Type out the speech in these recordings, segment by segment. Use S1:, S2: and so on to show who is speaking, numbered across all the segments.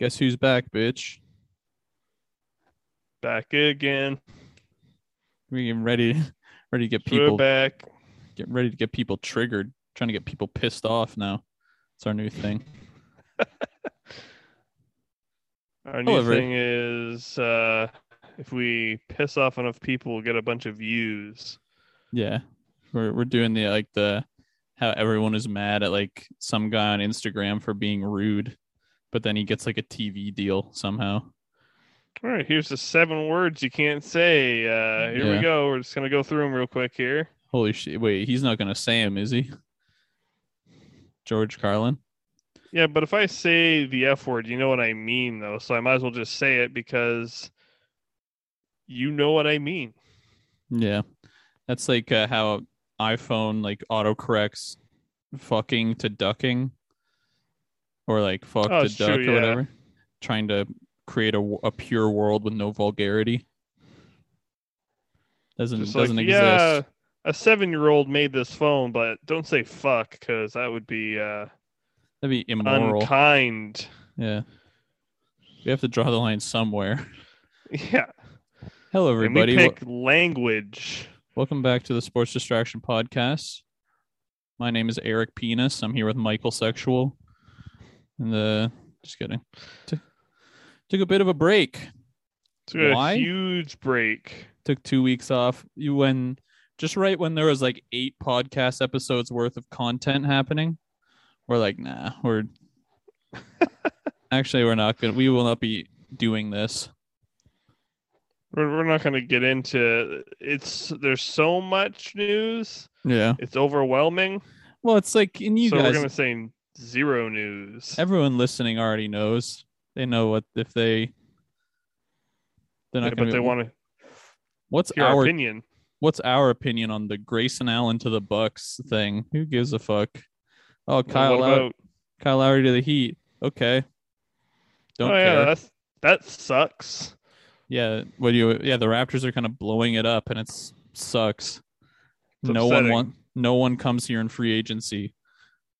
S1: Guess who's back, bitch?
S2: Back again.
S1: We getting ready, ready to get
S2: We're
S1: people
S2: back.
S1: getting ready to get people triggered. Trying to get people pissed off now. It's our new thing.
S2: Our new
S1: However-
S2: thing is uh, if we piss off enough people, we'll get a bunch of views.
S1: Yeah, we're we're doing the like the how everyone is mad at like some guy on Instagram for being rude, but then he gets like a TV deal somehow.
S2: All right, here's the seven words you can't say. Uh, here
S1: Yeah.
S2: we go. We're just gonna go through them real quick here.
S1: Holy shit! Wait, he's not gonna say him, is he? George Carlin.
S2: Yeah, but if I say the F word, you know what I mean, though. So I might as well just say it because you know what I mean.
S1: Yeah, that's like uh, how iPhone like autocorrects fucking to ducking, or like fuck
S2: Oh,
S1: to
S2: it's true,
S1: duck or
S2: yeah.
S1: whatever, trying to create a, w- a pure world with no vulgarity. Doesn't
S2: Just
S1: doesn't
S2: like,
S1: exist.
S2: yeah, a seven-year-old made this phone, but don't say fuck because that would be uh,
S1: That'd be immoral.
S2: unkind.
S1: yeah, we have to draw the line somewhere.
S2: Yeah,
S1: Hello, everybody.
S2: and
S1: Wel-
S2: we pick language.
S1: Welcome back to the Sports Distraction Podcast. My name is Eric Penis. I'm here with Michael Sexual. And the just kidding. Took, took a bit of a break.
S2: So we had
S1: Why?
S2: a huge break.
S1: Took two weeks off. You when just right when there was like eight podcast episodes worth of content happening, we're like, nah, we're actually we're not gonna we will not be doing this.
S2: We're, we're not going to get into it's. There's so much news.
S1: Yeah.
S2: It's overwhelming.
S1: Well, it's like in you
S2: so we're
S1: guys
S2: going to say zero news.
S1: everyone listening already knows. They know what if they they're
S2: Yeah,
S1: not
S2: but
S1: gonna
S2: they
S1: be,
S2: want
S1: what's
S2: to hear our
S1: our
S2: opinion.
S1: what's our opinion on the Grayson Allen to the Bucks thing? Who gives a fuck? Oh,
S2: Well,
S1: Kyle
S2: what
S1: Low-
S2: about,
S1: Kyle Lowry to the Heat. Okay. Don't
S2: oh yeah,
S1: care.
S2: that's that sucks.
S1: yeah, what do you yeah, the Raptors are kind of blowing it up and it sucks.
S2: It's
S1: no one
S2: upsetting.
S1: want, no one comes here in free agency.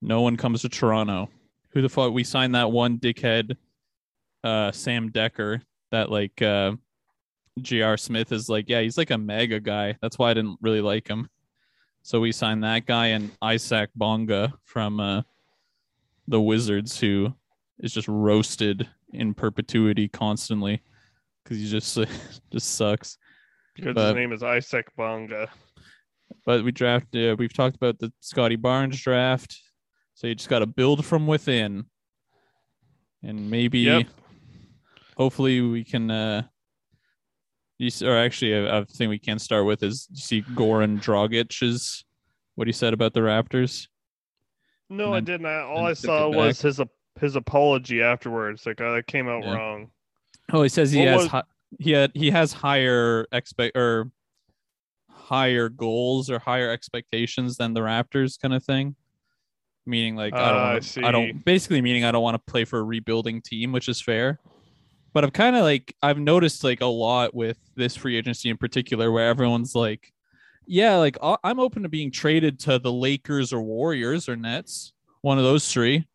S1: No one comes to Toronto. Who the fuck we signed that one dickhead uh Sam Decker that like uh J.R. Smith is like, yeah, he's like a mega guy. That's why I didn't really like him. So we signed that guy and Isaac Bonga from uh the Wizards who is just roasted in perpetuity constantly because he just just sucks.
S2: Because
S1: but-
S2: his name is Isaac Bonga.
S1: But we draft. Uh, we've talked about the Scotty Barnes draft, so you just got to build from within, and maybe,
S2: Yep.
S1: hopefully, we can. Uh, you s- or actually, a, a thing we can start with is you see Goran Dragic's what he said about the Raptors.
S2: No,
S1: And
S2: I
S1: then-
S2: didn't. I, all
S1: and
S2: I
S1: took it
S2: saw was his ap- his apology afterwards. Like I came out
S1: Yeah.
S2: wrong.
S1: Oh, he says he
S2: What
S1: has
S2: was-
S1: hi- he had he has higher expect or higher goals or higher expectations than the Raptors kind of thing. Meaning like I don't
S2: Ah, I
S1: want I, I
S2: see.
S1: don't basically meaning I don't want to play for a rebuilding team, which is fair. But I've kind of like I've noticed like a lot with this free agency in particular where everyone's like yeah, like I- I'm open to being traded to the Lakers or Warriors or Nets, one of those three.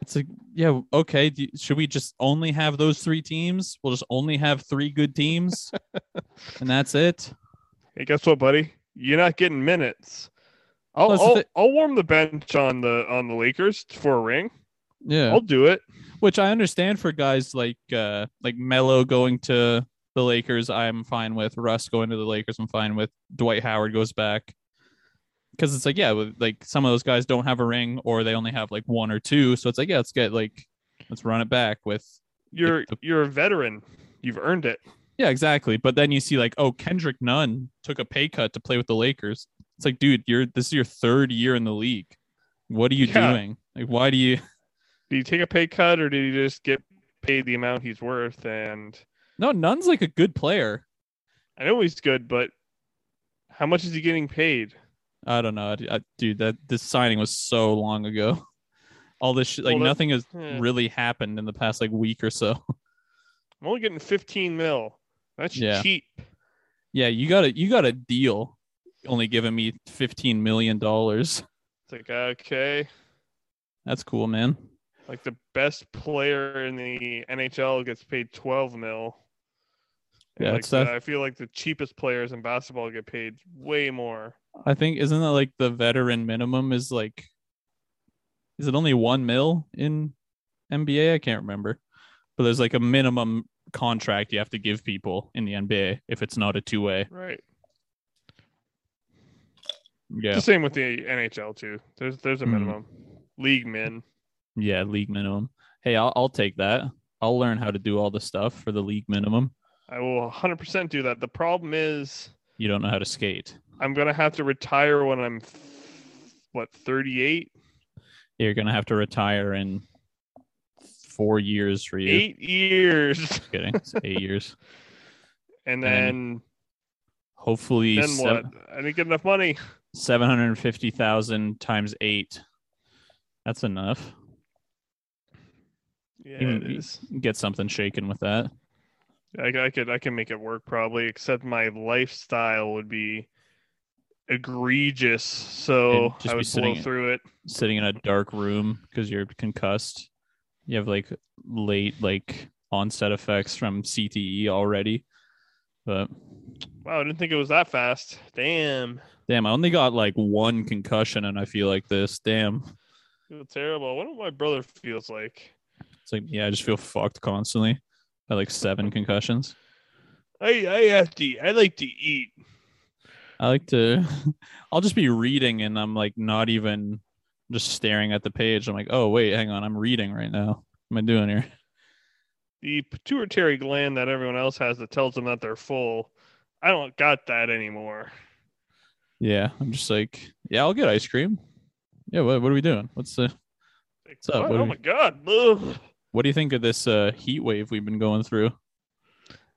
S1: It's like, yeah, okay. Do, should we just only have those three teams? We'll just only have three good teams, and that's it.
S2: Hey, guess what, buddy? You're not getting minutes. I'll
S1: Well, it's the
S2: I'll,
S1: thi-
S2: I'll warm the bench on the on the Lakers for a ring.
S1: Yeah,
S2: I'll do it.
S1: which I understand for guys like uh like Melo going to the Lakers. I'm fine with Russ going to the Lakers. I'm fine with Dwight Howard goes back because it's like yeah, with, like some of those guys don't have a ring or they only have like one or two. So it's like yeah, let's get like let's run it back with
S2: You're
S1: the-
S2: you're a veteran. You've earned it.
S1: Yeah, exactly. But then you see like, oh, Kendrick Nunn took a pay cut to play with the Lakers. It's like, dude, you're this is your third year in the league. What are you
S2: Yeah.
S1: doing? Like, why do you?
S2: Did he take a pay cut or did he just get paid the amount he's worth? And
S1: No, Nunn's like a good player.
S2: I know he's good, but how much is he getting paid?
S1: I don't know, I, I- dude. That this signing was so long ago. All this shit, like
S2: Well, that-
S1: nothing has
S2: Eh,
S1: really happened in the past like week or so.
S2: I'm only getting 15 mil. That's
S1: Yeah.
S2: cheap.
S1: yeah, you got a you got a deal. Only giving me fifteen million dollars.
S2: It's like okay,
S1: That's cool, man.
S2: Like the best player in the NHL gets paid 12 mil. And,
S1: Yeah,
S2: like,
S1: it's that-
S2: the- I feel like the cheapest players in basketball get paid way more.
S1: I think isn't that like the veteran minimum is like is it only one mil in NBA? I can't remember. But there's like a minimum contract you have to give people in the NBA if it's not a two way.
S2: Right. It's
S1: Yeah.
S2: The same with the NHL too. There's there's a
S1: Mhm.
S2: minimum. League min.
S1: Yeah, league minimum. Hey, I'll I'll take that. I'll learn how to do all the stuff for the league minimum.
S2: I will 100% do that. The problem is
S1: You don't know how to skate.
S2: I'm going to have to retire when I'm what 38?
S1: You're gonna have to retire in four years for you.
S2: 8 years.
S1: Just kidding. It's eight years. And
S2: And then
S1: Hopefully
S2: then
S1: sev-
S2: what? I didn't get enough money.
S1: 750,000 times eight. That's enough.
S2: Yeah,
S1: Even-
S2: it is.
S1: Get something shaken with that.
S2: I, I could I can make it work probably, except my lifestyle would be egregious, so
S1: And just
S2: I
S1: be
S2: would blow
S1: sitting in-
S2: through it.
S1: Sitting in a dark room because you're concussed. You have like late, like onset effects from CTE already. But
S2: Wow, I didn't think it was that fast. Damn,
S1: damn, I only got like one concussion and I feel like this. Damn.
S2: I feel terrible. I wonder what my brother feels like.
S1: It's like, yeah, I just feel fucked constantly. I had, like seven concussions.
S2: I I have to. eat. I like to eat.
S1: I like to I'll just be reading and I'm like not even just staring at the page. I'm like, oh wait, hang on, I'm reading right now. What am I doing here?
S2: The pituitary gland that everyone else has that tells them that they're full. I don't got that anymore.
S1: Yeah. I'm just like, yeah, I'll get ice cream. Yeah, what, what are we doing? What's the
S2: Like,
S1: What's up?
S2: what?
S1: What do
S2: Oh
S1: we-
S2: my god. Ugh.
S1: what do you think of this uh heat wave we've been going through?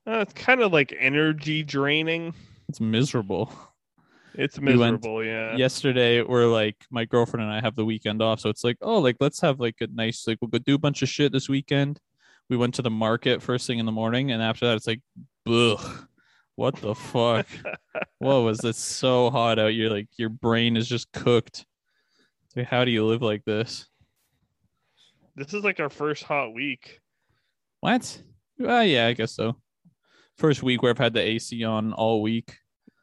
S2: Uh, it's kind of like energy draining.
S1: It's miserable.
S2: It's
S1: went-
S2: miserable. yeah.
S1: Yesterday we're like my girlfriend and I have the weekend off, so it's like, oh, like let's have like a nice like we'll go do a bunch of shit this weekend. We went to the market first thing in the morning, and after that it's like, ugh, what the fuck? what was this so hot out you're like your brain is just cooked like, how do you live like this
S2: This is like our first hot week.
S1: what well yeah i guess so first week where i've had the ac on all week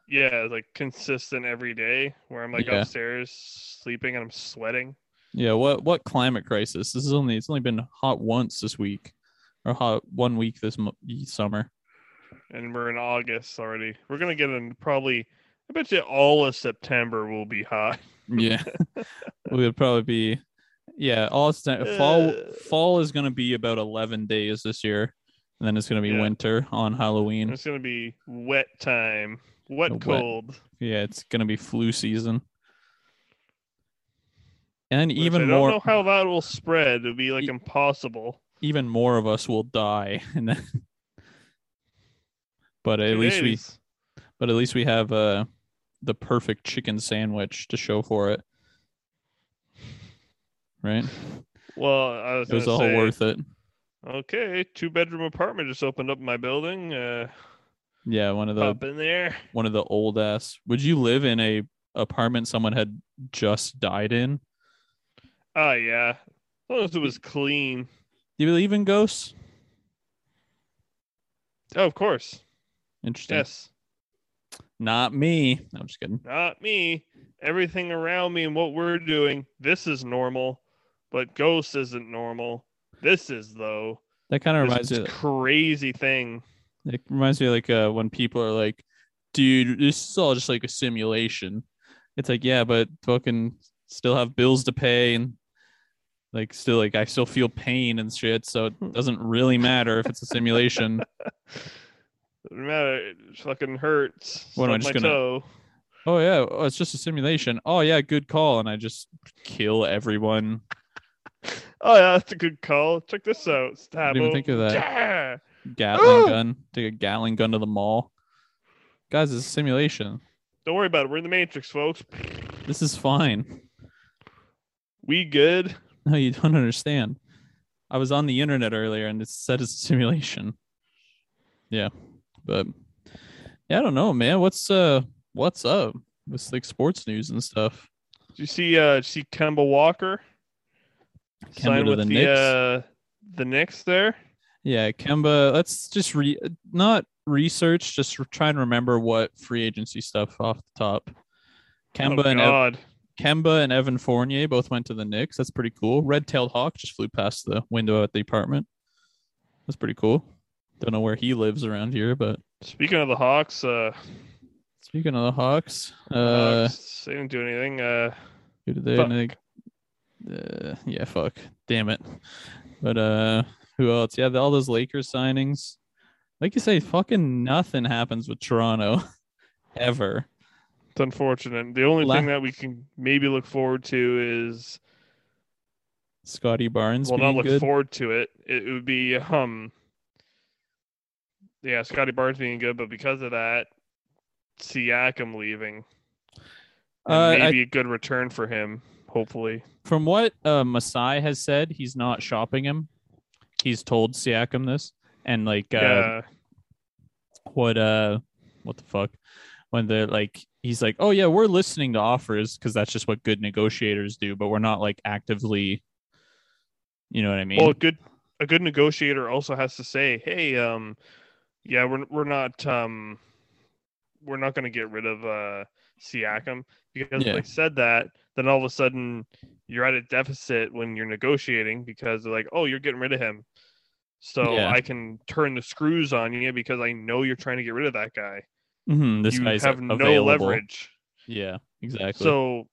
S2: Yeah, like consistent every day where I'm like
S1: Yeah.
S2: upstairs sleeping and I'm sweating.
S1: yeah what what climate crisis this is only it's only been hot once this week or hot one week this mo- summer
S2: And we're in August already. We're going to get in probably, I bet you all of September will be hot.
S1: Mm-hmm. yeah we would probably be yeah all sta- fall
S2: Uh.
S1: fall is going to be about 11 days this year and then it's going to be
S2: Yeah.
S1: winter on halloween
S2: It's going to be wet time, wet
S1: The wet.
S2: cold.
S1: Yeah, it's gonna be flu season. And
S2: which I
S1: even
S2: don't
S1: more
S2: know how that will spread. It'll be like
S1: E-
S2: impossible.
S1: even more of us will die and then But at
S2: Two
S1: least we
S2: days.
S1: but at least we have uh the perfect chicken sandwich to show for it. Right?
S2: Well, I was
S1: It was
S2: gonna
S1: all
S2: say,
S1: worth it.
S2: Okay, two bedroom apartment just opened up in my building. Uh,
S1: Yeah, one of the
S2: up in there.
S1: one of the old ass. Would you live in a apartment someone had just died in?
S2: Oh yeah, as long as it was clean.
S1: Do you believe in ghosts?
S2: Oh, of course.
S1: Interesting.
S2: Yes,
S1: Not me. No, I'm just kidding.
S2: not me. Everything around me and what we're doing, this is normal, but ghost isn't normal. This is though.
S1: That kind of
S2: This
S1: reminds me.
S2: is crazy thing.
S1: It reminds me of like uh, when people are like, "Dude, this is all just like a simulation." It's like, yeah, but fucking still have bills to pay and like still like I still feel pain and shit, so it doesn't really matter if it's a simulation.
S2: Doesn't matter. It fucking hurts.
S1: What, am I just
S2: Stubbed my
S1: gonna-
S2: toe.
S1: oh yeah, oh, it's just a simulation. Oh yeah, good call, and I just kill everyone.
S2: Oh yeah, that's a good call. Check this out. Stab
S1: even
S2: him.
S1: think of that.
S2: Yeah.
S1: Gatling
S2: Ah!
S1: gun, take a Gatling gun to the mall. Guys, it's a simulation.
S2: Don't worry about it. We're in the Matrix, folks.
S1: This is fine.
S2: We good.
S1: No, you don't understand. I was on the internet earlier and it said it's a simulation. Yeah. But yeah, I don't know, man. What's uh what's up with like sports news and stuff?
S2: Did you see? Uh, did you see Kemba Walker?
S1: Kemba
S2: sign
S1: to
S2: with
S1: the
S2: the
S1: Knicks.
S2: uh, the Knicks there.
S1: Yeah, Kemba. Let's just re not research, just re- try and remember what free agency stuff off the top. Kemba
S2: oh,
S1: and Ev-
S2: God.
S1: Kemba and Evan Fournier both went to the Knicks. That's pretty cool. Red tailed hawk just flew past the window at the apartment. That's pretty cool. Don't know where he lives around here, but
S2: Speaking of the Hawks, uh,
S1: speaking of the Hawks, uh,
S2: Hawks, they didn't do anything. Uh,
S1: who did they?
S2: fuck.
S1: Nick? Uh, yeah, fuck. Damn it. But uh, who else? Yeah, all those Lakers signings. Like you say, fucking nothing happens with Toronto ever.
S2: It's unfortunate. The only
S1: La-
S2: thing that we can maybe look forward to is
S1: Scotty Barnes
S2: well, not
S1: being
S2: look
S1: good.
S2: forward to it. It would be um, yeah, Scotty Barnes being good, but because of that, Siakam leaving, and
S1: Uh, I-
S2: maybe a good return for him. Hopefully,
S1: from what uh, Masai has said, he's not shopping him. He's told Siakam this, and like uh,
S2: yeah,
S1: what uh, what the fuck? When they're like, he's like, oh yeah, we're listening to offers because that's just what good negotiators do, but we're not like actively, you know what I mean?
S2: well, a good a good negotiator also has to say, hey, um, yeah, we're we're not um, we're not going to get rid of uh Siakam because
S1: Yeah.
S2: if they said that, then all of a sudden you're at a deficit when you're negotiating because they're like, oh, you're getting rid of him, so
S1: Yeah.
S2: I can turn the screws on you because I know you're trying to get rid of that guy.
S1: Mhm, this
S2: you
S1: guy's
S2: have no
S1: available.
S2: leverage.
S1: Yeah, exactly.
S2: So,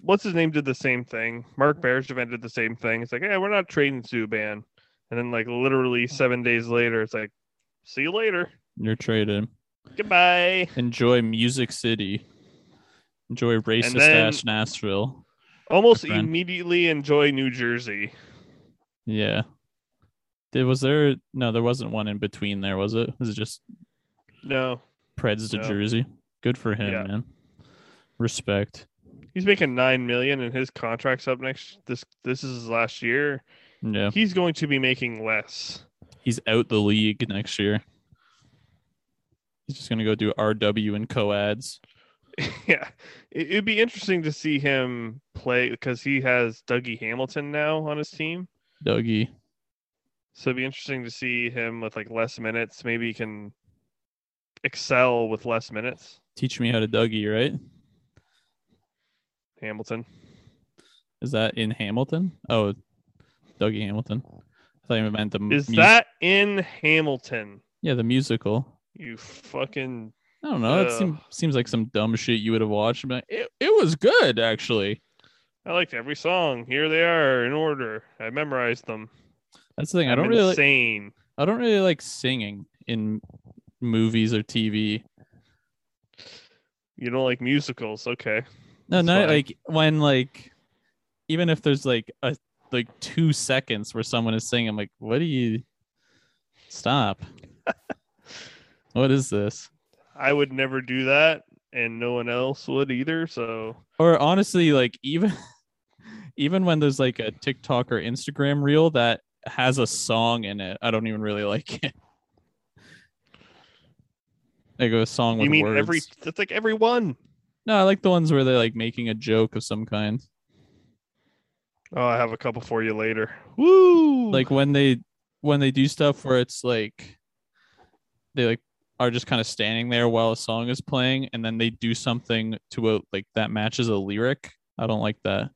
S2: what's his name did the same thing. Mark Bergevin did the same thing. It's like, yeah, we're not trading Subban, and then like literally seven days later, it's like, see you later,
S1: you're traded.
S2: goodbye.
S1: Enjoy Music City. Enjoy racist ass Nashville.
S2: Almost
S1: friend.
S2: immediately enjoy New Jersey.
S1: Yeah. There was there no, there wasn't one in between there, was it? Was it just
S2: No,
S1: Preds to
S2: No.
S1: Jersey? Good for him,
S2: Yeah.
S1: man. Respect.
S2: he's making nine million, and his contract's up next. This this is his last year.
S1: Yeah.
S2: He's going to be making less.
S1: He's out the league next year. He's just gonna go do RW and co-ads.
S2: yeah, it, it'd be interesting to see him play because he has Dougie Hamilton now on his team.
S1: Dougie.
S2: So it'd be interesting to see him with like less minutes. Maybe he can excel with less minutes.
S1: Teach me how to Dougie, right?
S2: Hamilton.
S1: Is that in Hamilton? Oh Dougie Hamilton. I thought Mm, you meant the m-
S2: Is
S1: mus-
S2: that in Hamilton?
S1: yeah, the musical.
S2: You fucking
S1: I don't know. That
S2: Ugh.
S1: seems seems like some dumb shit you would have watched. But it, it was good actually.
S2: I liked every song. Here they are in order. I memorized them.
S1: That's the thing. I
S2: I'm
S1: don't really
S2: insane.
S1: I don't really like singing in movies or TV.
S2: You don't like musicals, okay.
S1: No,
S2: That's
S1: not
S2: fine.
S1: like when like even if there's like a like two seconds where someone is singing, I'm like, what do you stop? what is this?
S2: I would never do that and no one else would either, so
S1: Or honestly, like even even when there's like a TikTok or Instagram reel that has a song in it, I don't even really like it. Like a song with
S2: you mean
S1: words.
S2: every that's like every one.
S1: No, I like the ones where they're like making a joke of some kind.
S2: Oh, I have a couple for you later. Woo!
S1: Like when they when they do stuff where it's like they like are just kind of standing there while a song is playing and then they do something to a like that matches a lyric. I don't like that.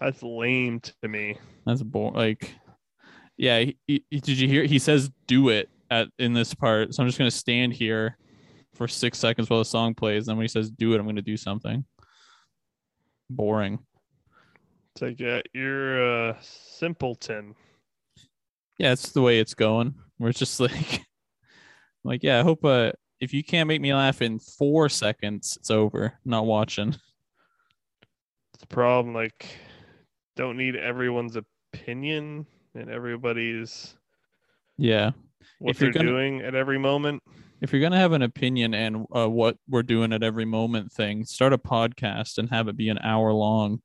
S2: that's lame to me.
S1: That's boring. Like yeah, he, he- did you hear he says do it at in this part. So I'm just going to stand here for 6 seconds while the song plays and when he says do it I'm going to do something. Boring.
S2: It's like yeah, you're a uh, simpleton.
S1: yeah, it's the way it's going. We're just like, like, yeah, I hope uh, if you can't make me laugh in four seconds, it's over. Not watching.
S2: It's the problem. Like, don't need everyone's opinion and everybody's
S1: Yeah.
S2: what
S1: If
S2: they're
S1: you're gonna-
S2: doing at every moment.
S1: If you're going to have an opinion and uh, what we're doing at every moment thing, start a podcast and have it be an hour long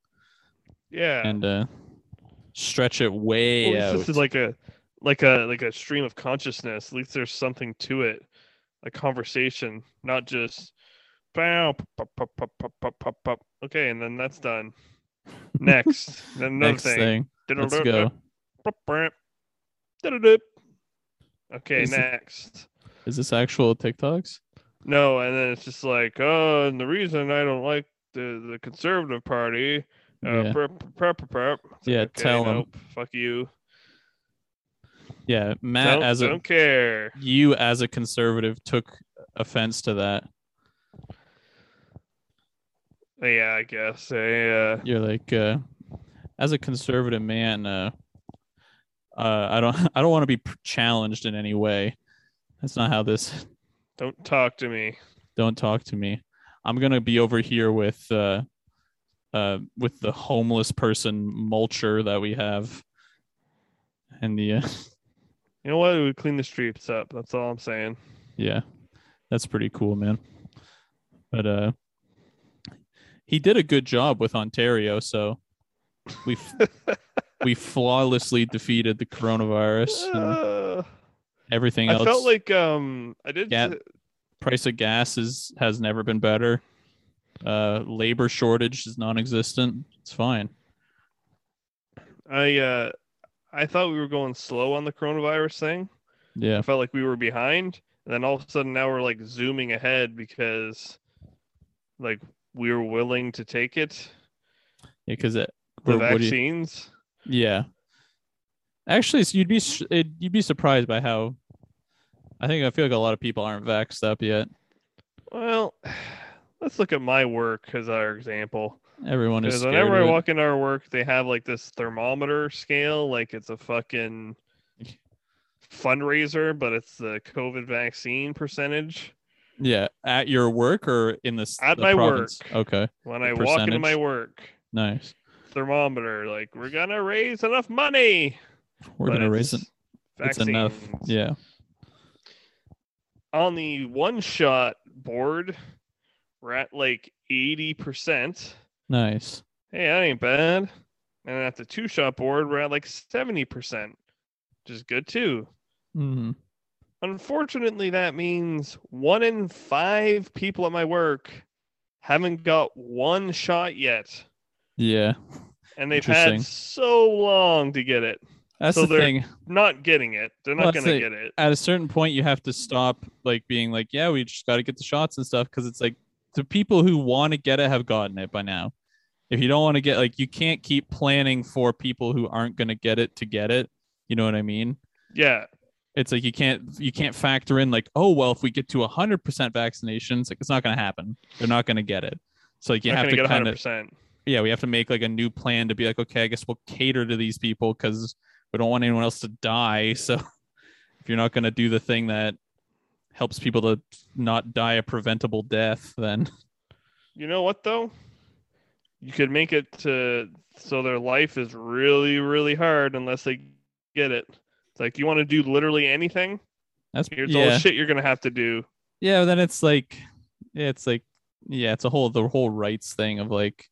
S2: Yeah,
S1: and uh, stretch it
S2: Well,
S1: way
S2: at least
S1: out.
S2: this is like a like a like a stream of consciousness. At least there's something to it, a conversation, not just bow, pop, pop, pop, pop, pop, pop, pop. okay, and then that's done. Next, then another
S1: Next thing.
S2: thing.
S1: Let's go.
S2: Okay,
S1: Is it-
S2: next.
S1: Is this actual TikToks?
S2: No, and then it's just like, oh, and the reason I don't like the, the conservative party, uh,
S1: Yeah.
S2: prep, prep, prep, prep. It's like,
S1: Yeah,
S2: okay,
S1: tell 'em.
S2: nope, Fuck you.
S1: Yeah, Matt
S2: don't,
S1: as a
S2: don't care.
S1: you as a conservative took offense to that.
S2: Yeah, I guess. I, uh,
S1: You're like, uh, as a conservative man, uh, uh, I don't I don't want to be pr- challenged in any way. That's not how this.
S2: don't talk to me.
S1: Don't talk to me. I'm gonna be over here with uh, uh, with the homeless person mulcher that we have, and the uh,
S2: You know what? It would clean the streets up. That's all I'm saying.
S1: yeah, that's pretty cool, man. But uh, he did a good job with Ontario, so we f- we flawlessly defeated the coronavirus. and-
S2: Uh,
S1: everything
S2: I
S1: else
S2: felt like um I did
S1: Yeah. price of gas is has never been better uh labor shortage is non-existent it's fine
S2: I uh I thought we were going slow on the coronavirus thing.
S1: yeah
S2: I felt like we were behind, and then all of a sudden now we're like zooming ahead because like we were willing to take it.
S1: because it
S2: The
S1: or what do you-
S2: vaccines.
S1: yeah actually so you'd be sh- it, you'd be surprised by how i think i feel like a lot of people aren't vaxxed up yet
S2: Well, let's look at my work as our example.
S1: everyone is
S2: Because
S1: scared
S2: whenever I
S1: of it.
S2: walk into our work, they have like this thermometer scale, like it's a fucking fundraiser, but it's the COVID vaccine percentage.
S1: yeah at your work or in this
S2: At
S1: the
S2: my
S1: province?
S2: work.
S1: okay
S2: When
S1: The
S2: I walk into my
S1: percentage?
S2: work,
S1: nice
S2: thermometer, like we're gonna raise enough money.
S1: we're
S2: but
S1: gonna raise it
S2: it's
S1: it's enough
S2: vaccines.
S1: yeah
S2: On the one shot board, we're at like eighty percent.
S1: nice
S2: Hey, that ain't bad. And at the two shot board, we're at like seventy percent, which is good too.
S1: hmm
S2: Unfortunately, that means one in five people at my work haven't got one shot yet,
S1: yeah
S2: and they've
S1: Interesting.
S2: had so long to get it.
S1: that's
S2: So
S1: the
S2: they're-
S1: thing
S2: Not getting it. They're
S1: Well,
S2: not
S1: that's
S2: going to
S1: it.
S2: get it.
S1: at a certain point you have to stop like being like yeah we just got to get the shots and stuff because it's like the people who want to get it have gotten it by now if you don't want to get like you can't keep planning for people who aren't going to get it to get it you know what i mean
S2: Yeah,
S1: it's like you can't you can't factor in like oh well if we get to 100% vaccination it's like it's not going to happen they're not going to get it so like you
S2: not
S1: have
S2: going to
S1: to
S2: get
S1: kind
S2: hundred
S1: of
S2: percent.
S1: yeah we have to make like a new plan to be like okay i guess we'll cater to these people because we don't want anyone else to die so if you're not going to do the thing that helps people to not die a preventable death then
S2: You know what though? You could make it to so their life is really, really hard unless they get it. It's like you want to do literally anything.
S1: that's
S2: Here's all
S1: yeah
S2: the shit you're gonna have to do.
S1: yeah then it's like yeah, it's like yeah it's a whole the whole rights thing of like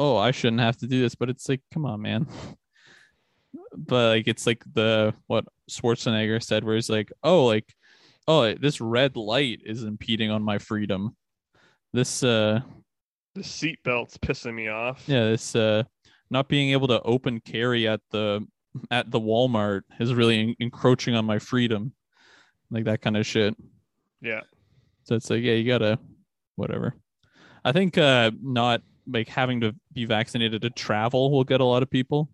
S1: oh i shouldn't have to do this but it's like come on man but like it's like the what schwarzenegger said where he's like oh like oh this red light is impeding on my freedom this uh
S2: The seatbelt's pissing me off.
S1: yeah this uh not being able to open carry at the at the walmart is really en- encroaching on my freedom like that kind of shit
S2: Yeah.
S1: so it's like yeah you gotta whatever i think uh not like having to be vaccinated to travel will get a lot of people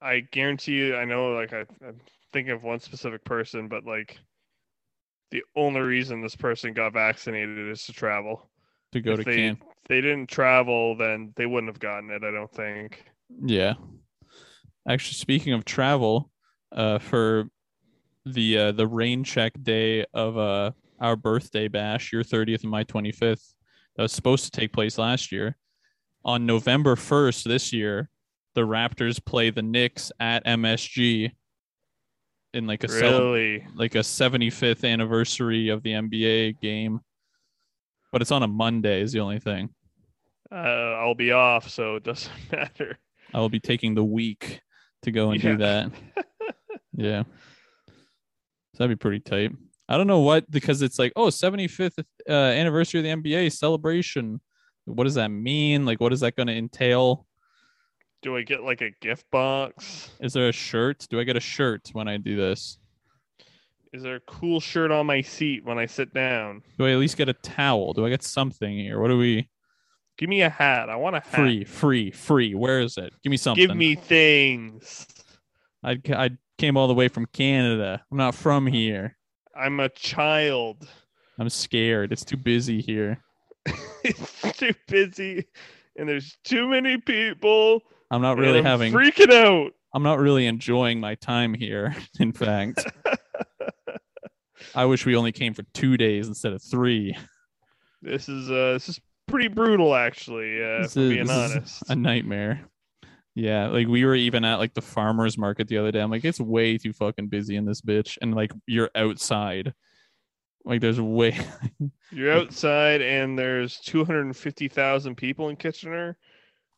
S2: I guarantee you, I know, like, I, I'm thinking of one specific person, but like, the only reason this person got vaccinated is to travel.
S1: to go
S2: If
S1: to
S2: they,
S1: camp
S2: they didn't travel, then they wouldn't have gotten it, I don't think.
S1: yeah actually speaking of travel uh for the uh the rain check day of uh our birthday bash your 30th and my 25th that was supposed to take place last year on november 1st this year the raptors play the knicks at msg in like a cele-
S2: Really?
S1: like a 75th anniversary of the NBA game, but it's on a Monday is the only thing.
S2: Uh, I'll be off, so it doesn't matter.
S1: I will be taking the week to go and
S2: Yeah.
S1: do that. yeah. So that'd be pretty tight. I don't know what because it's like, oh, 75th uh, anniversary of the NBA celebration. What does that mean? Like what is that going to entail?
S2: Do I get like a gift box?
S1: Is there a shirt? Do I get a shirt when I do this?
S2: Is there a cool shirt on my seat when I sit down?
S1: Do I at least get a towel? Do I get something here? What are we
S2: Give me a hat. I want a hat.
S1: free, free, free? Where is it? Give me something.
S2: Give me things.
S1: I ca- I came all the way from Canada. I'm not from here.
S2: I'm a child.
S1: I'm scared. It's too busy here.
S2: it's too busy and there's too many people.
S1: I'm not
S2: and
S1: really
S2: I'm
S1: having.
S2: freaking out.
S1: I'm not really enjoying my time here. In fact, I wish we only came for two days instead of three.
S2: This is uh this is pretty brutal actually, uh
S1: This
S2: for
S1: is-
S2: being
S1: this is
S2: honest.
S1: a nightmare. Yeah, like we were even at like the farmers market the other day. I'm like, it's way too fucking busy in this bitch, and like you're outside. Like there's way
S2: You're outside and there's two hundred and fifty thousand people in Kitchener.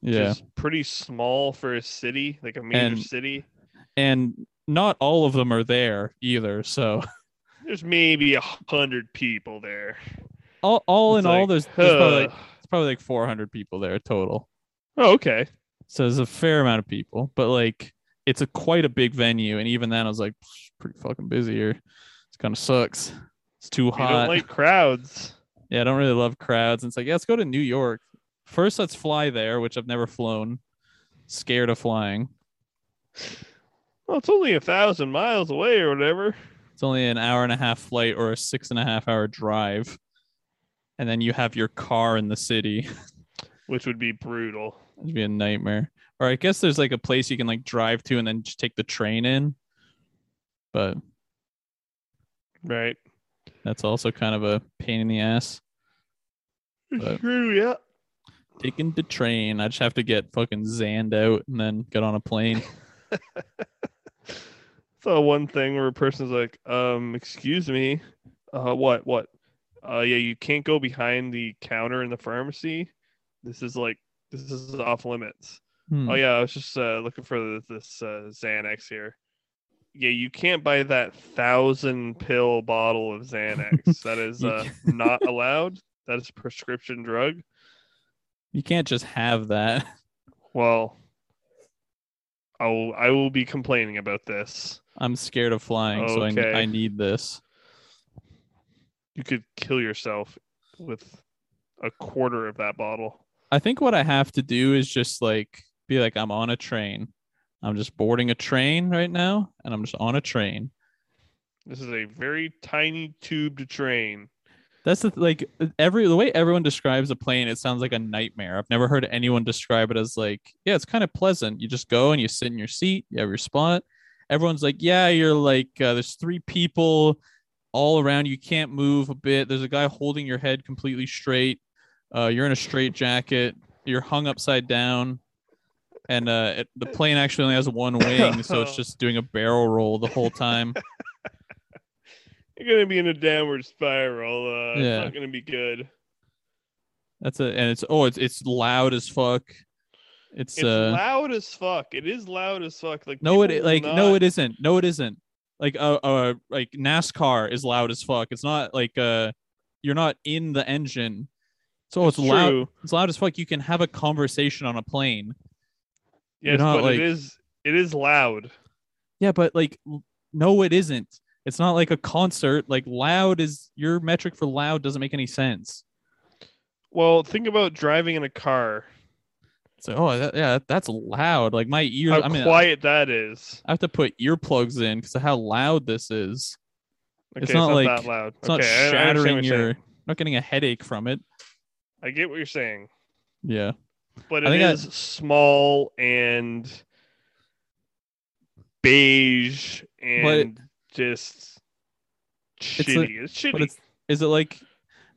S2: Which
S1: yeah,
S2: is pretty small for a city, like a major
S1: And-
S2: city.
S1: and not all of them are there either. So
S2: There's maybe a hundred people there.
S1: all all in
S2: It's
S1: all,
S2: like,
S1: there's, there's probably like,
S2: "Huh."
S1: it's probably like 400 people there total.
S2: Oh, okay.
S1: So there's a fair amount of people, but like it's a quite a big venue, and even then I was like, "Psh, pretty fucking busy here. It kind of sucks. It's too
S2: You
S1: hot.
S2: don't like crowds.
S1: Yeah, I don't really love crowds. And it's like, yeah, let's go to New York. First, let's fly there, which I've never flown. Scared of flying.
S2: Well, it's only a thousand miles away or whatever.
S1: It's only an hour and a half flight or a six and a half hour drive. And then you have your car in the city.
S2: Which would be brutal.
S1: It'd be a nightmare. Or I guess there's like a place you can like drive to and then just take the train in. But
S2: Right.
S1: that's also kind of a pain in the ass. But-
S2: Screw yeah.
S1: Taking the train. I just have to get fucking zanned out and then get on a plane.
S2: So one thing where a person's like, um, excuse me, uh, what, what? Uh, yeah, you can't go behind the counter in the pharmacy. This is like, this is off limits.
S1: Hmm.
S2: Oh yeah, I was just uh, looking for this uh, Xanax here. Yeah, you can't buy that thousand pill bottle of Xanax. that is
S1: You
S2: uh, not allowed. That is a prescription drug.
S1: You can't just have that.
S2: Well, I will, I will be complaining about this.
S1: I'm scared of flying, so I,
S2: Okay.
S1: ne- I need this.
S2: You could kill yourself with a quarter of that bottle.
S1: I think what I have to do is just like be like, I'm on a train. I'm just boarding a train right now, and I'm just on a train.
S2: This is a very tiny tubed train.
S1: That's the, th- like every the way everyone describes a plane. It sounds like a nightmare. I've never heard anyone describe it as like, yeah, it's kind of pleasant. You just go and you sit in your seat. You have your spot. Everyone's like, yeah, you're like, uh, there's three people all around. You can't move a bit. There's a guy holding your head completely straight. Uh, you're in a straight jacket. You're hung upside down, and uh, it, the plane actually only has one wing, so it's just doing a barrel roll the whole time.
S2: You're gonna be in a downward spiral. Uh,
S1: Yeah.
S2: It's not gonna be good.
S1: That's it, and it's oh, it's it's loud as fuck. It's,
S2: It's
S1: uh,
S2: loud as fuck. It is loud as fuck. Like
S1: No,
S2: people
S1: it
S2: will
S1: like
S2: not...
S1: no, it isn't. No, it isn't. Like uh, uh, like NASCAR is loud as fuck. It's not like uh, you're not in the engine, so it's, loud.
S2: True.
S1: It's loud as fuck. You can have a conversation on a plane.
S2: Yes,
S1: not,
S2: but
S1: like-
S2: it is. It is loud.
S1: Yeah, but like, l- no, it isn't. It's not like a concert. Like loud is your metric for loud doesn't make any sense.
S2: Well, think about driving in a car.
S1: It's like oh that, yeah, that's loud. Like my ears.
S2: How
S1: I mean,
S2: quiet that is.
S1: I have to put earplugs in because of how loud this is.
S2: Okay,
S1: not like-
S2: that loud.
S1: It's not
S2: okay, I- I understand
S1: shattering
S2: what you're saying.
S1: your. Not getting a headache from it.
S2: I get what you're saying,
S1: Yeah.
S2: but
S1: I
S2: it
S1: think I-
S2: is small and beige and just
S1: like-
S2: shitty. it's shitty.
S1: but it's is it like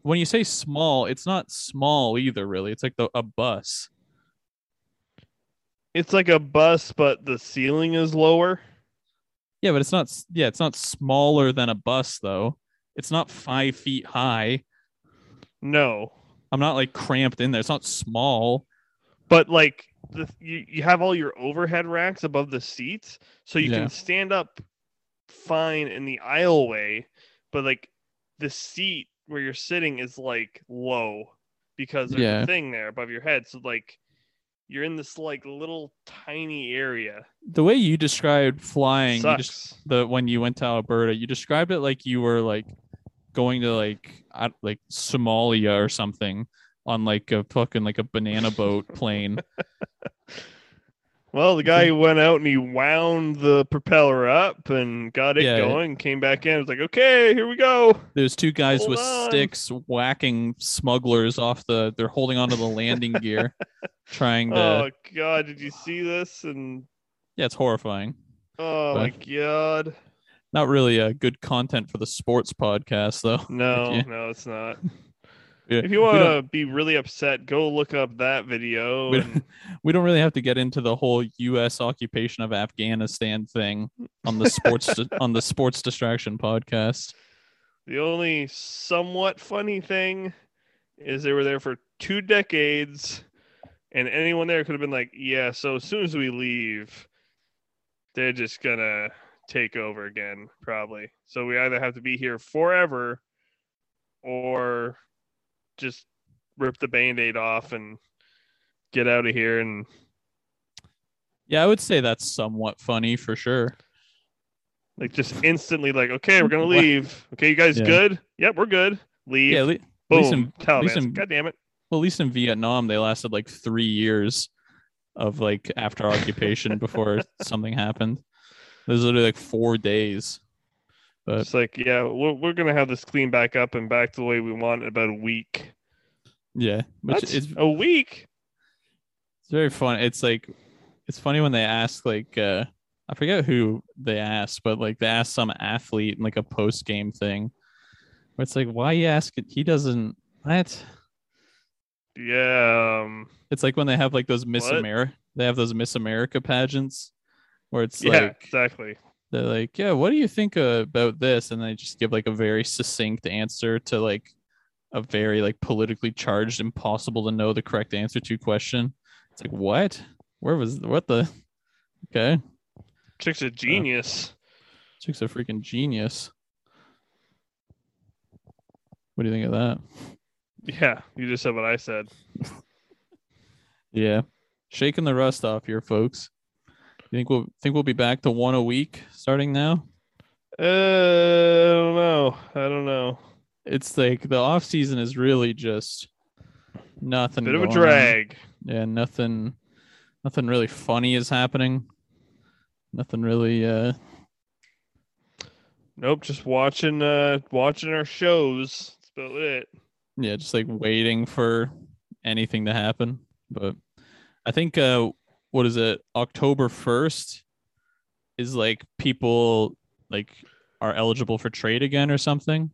S1: when you say small it's not small either really it's like the, a bus
S2: it's like a bus, but the ceiling is lower.
S1: yeah but it's not s- yeah it's not smaller than a bus though it's not five feet high
S2: No,
S1: i'm not like cramped in there it's not small
S2: but like the, you, you have all your overhead racks above the seats so you
S1: Yeah.
S2: can stand up fine in the aisleway but like the seat where you're sitting is like low because there's
S1: Yeah.
S2: a thing there above your head so like You're in this like little tiny area.
S1: The way you described flying, you
S2: Sucks.
S1: just, the when you went to Alberta, you described it like you were like going to like I, like Somalia or something on like a fucking like a banana boat plane.
S2: Well, the guy went out and he wound the propeller up and got it
S1: Yeah.
S2: going. Came back in. It was like, okay, here we go.
S1: There's two guys
S2: Hold
S1: with
S2: on.
S1: sticks whacking smugglers off the. They're holding onto the landing gear, trying to.
S2: Oh God, did you see this? And
S1: Yeah, it's horrifying.
S2: oh my God,
S1: Not really uh, good content for the sports podcast though.
S2: no,
S1: Yeah.
S2: no, it's not.
S1: Yeah,
S2: If you
S1: we
S2: want
S1: don't-
S2: to be really upset, go look up that video.
S1: We
S2: and-
S1: we don't really have to get into the whole U.S. occupation of Afghanistan thing on the sports on the sports distraction podcast.
S2: The only somewhat funny thing is they were there for two decades, and anyone there could have been like, "Yeah, so as soon as we leave, they're just gonna take over again, probably. So we either have to be here forever, or just rip the band-aid off and get out of here." And
S1: Yeah, I would say that's somewhat funny for sure.
S2: like just instantly, like, "Okay, we're gonna
S1: Wow.
S2: leave. Okay, you guys
S1: Yeah.
S2: good? Yep, we're good. Leave.
S1: Yeah, at le-
S2: Boom.
S1: least in- at least
S2: Taliban.
S1: in-
S2: God damn it."
S1: well, at least in Vietnam they lasted like three years of like after occupation before something happened. There's literally like four days. But
S2: It's like, yeah, we're, we're gonna have this clean back up and back to the way we want in about a week.
S1: yeah, which
S2: That's
S1: is
S2: a week.
S1: It's very fun. It's like it's funny when they ask like uh I forget who they asked, but like they asked some athlete in like a post game thing. Where it's like, why you ask it? He doesn't what?
S2: Yeah, um,
S1: It's like when they have like those Miss
S2: What?
S1: America they have those Miss America pageants where it's
S2: yeah,
S1: like
S2: exactly.
S1: they're like, Yeah, what do you think uh, about this? And they just give like a very succinct answer to like a very like politically charged, impossible to know the correct answer to question. It's like, what? Where was what the Okay.
S2: Chick's
S1: uh,
S2: a genius.
S1: Chick's a freaking genius. What do you think of that?
S2: yeah, you just said what I said.
S1: Yeah. Shaking the rust off here, folks. You think we'll think we'll be back to one a week starting now?
S2: Uh, I don't know. I don't know.
S1: It's like the off season is really just nothing.
S2: Bit of a
S1: going on.
S2: drag.
S1: Yeah, nothing nothing really funny is happening. Nothing really uh
S2: Nope, just watching uh watching our shows. That's about it.
S1: yeah just like waiting for anything to happen but i think uh what is it october 1st is like people like are eligible for trade again or something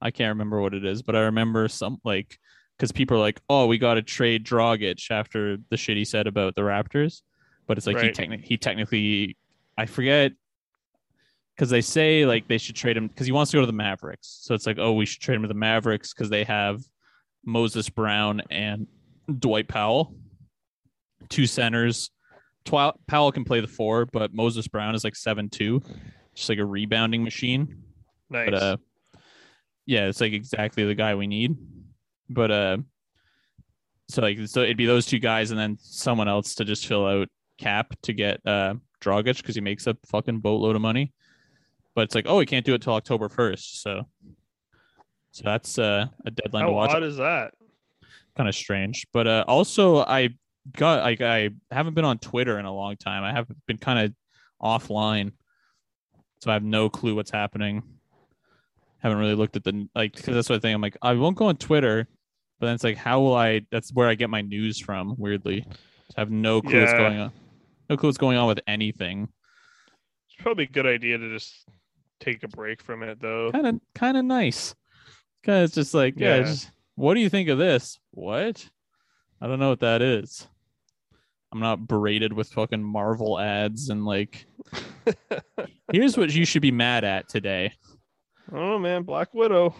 S1: i can't remember what it is but i remember some like because people are like oh we got to trade Drogic after the shit he said about the raptors but it's like he,
S2: Right.
S1: techni- he technically i forget because they say like they should trade him because he wants to go to the Mavericks. So it's like, oh, we should trade him to the Mavericks because they have Moses Brown and Dwight Powell, two centers. Twi- Powell can play the four, but Moses Brown is like seven two, just like a rebounding machine.
S2: Nice.
S1: But uh, yeah, it's like exactly the guy we need. But uh, so like so it'd be those two guys and then someone else to just fill out cap to get uh Drogic because he makes a fucking boatload of money. But it's like, oh, we can't do it till October first. So, so that's uh, a deadline
S2: How
S1: to watch
S2: odd is that?
S1: kind of strange. But uh, also, I got like I haven't been on Twitter in a long time. I have been kind of offline, so I have no clue what's happening. Haven't really looked at the like because that's what I think. I'm like I won't go on Twitter, but then it's like how will I? That's where I get my news from. Weirdly, I have no clue what's
S2: Yeah.
S1: going on. No clue what's going on with anything.
S2: It's probably a good idea to just take a break from it though.
S1: Kind of kind of nice. Kind of just like yeah.
S2: Yeah.
S1: just, what do you think of this? What? I don't know what that is. I'm not berated with fucking Marvel ads and like, here's what you should be mad at today.
S2: I don't know, Oh, man. Black Widow.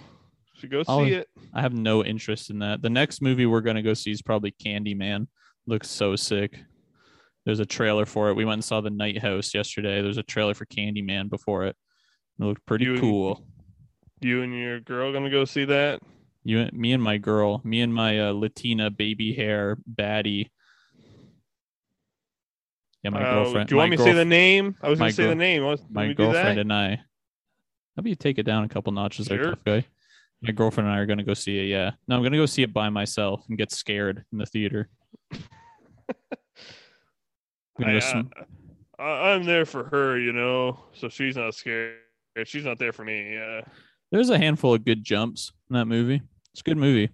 S2: Should go see
S1: Oh,
S2: it.
S1: I have no interest in that. The next movie we're gonna go see is probably Candyman. Looks so sick. There's a trailer for it. We went and saw The Night House yesterday. There's a trailer for Candyman before it. It looked pretty
S2: You-
S1: cool.
S2: You and your girl gonna go see that?
S1: You, me and my girl, me and my uh, Latina baby hair baddie Yeah, my
S2: Uh,
S1: girlfriend.
S2: Do you want
S1: my
S2: me to say
S1: girlf-
S2: the name? I was
S1: my
S2: going to say
S1: girl-
S2: the name. You Want,
S1: my
S2: me to do
S1: girlfriend
S2: that?
S1: and I. How about you take it down a couple notches, there,
S2: Sure.
S1: tough guy? My girlfriend and I are going to go see it. Yeah, no, I'm going to go see it by myself and get scared in the theater. I'm gonna
S2: I, uh,
S1: go sm-
S2: I, I- I'm there for her, you know, so she's not scared. She's not there for me. Yeah.
S1: There's a handful of good jumps in that movie. It's a good movie.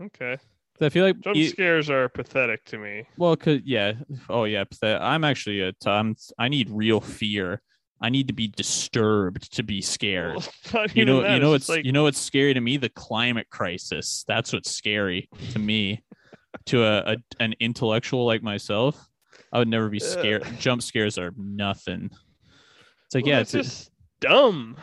S2: Okay.
S1: I feel like
S2: Jump
S1: you-
S2: scares are pathetic to me.
S1: Well, cause yeah, oh yeah. but that- I'm actually a. t- I'm. I need real fear. I need to be disturbed to be
S2: Well,
S1: scared.
S2: it's not
S1: You
S2: even
S1: know.
S2: that,
S1: You know. It's.
S2: just like
S1: you know. It's scary to me. The climate crisis. That's what's scary to me. to a, a an intellectual like myself, I would never be
S2: Yeah.
S1: scared. Jump scares are nothing. It's like
S2: well,
S1: yeah,
S2: that's
S1: it's, it's
S2: just dumb.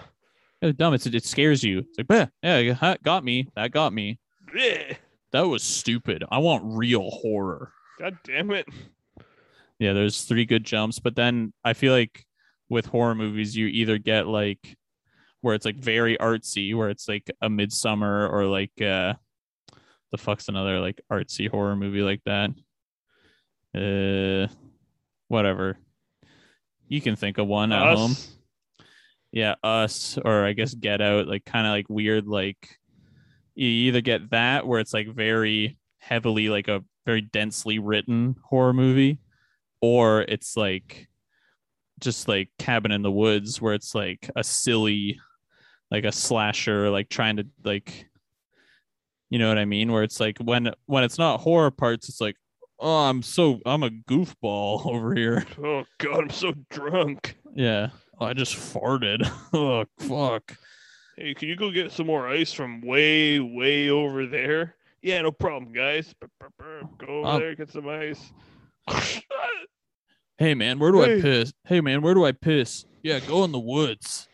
S1: dumb. It's it scares you. It's like "Bah, yeah, ha- got me. That got me.
S2: Bleh.
S1: That was stupid. I want real horror.
S2: God damn it.
S1: Yeah, there's three good jumps, but then I feel like with horror movies, you either get like where it's like very artsy, where it's like a midsummer or like uh the fuck's another like artsy horror movie like that. Uh whatever. You can think of one at home.
S2: Us.
S1: Yeah, us or I guess get out, like kind of like weird, like you either get that where it's like very heavily like a very densely written horror movie, or it's like just like cabin in the woods where it's like a silly like a slasher like trying to like you know what i mean where it's like when when it's not horror parts it's like oh i'm so i'm a goofball over here
S2: Oh God, I'm so drunk.
S1: yeah oh, i just farted oh fuck
S2: Hey, can you go get some more ice from way, way over there? Yeah, no problem, guys. Brr, brr, brr. Go over
S1: Um,
S2: there, get some ice.
S1: Hey man, where do I
S2: Hey.
S1: piss? Hey man, where do I piss? Yeah, go in the woods.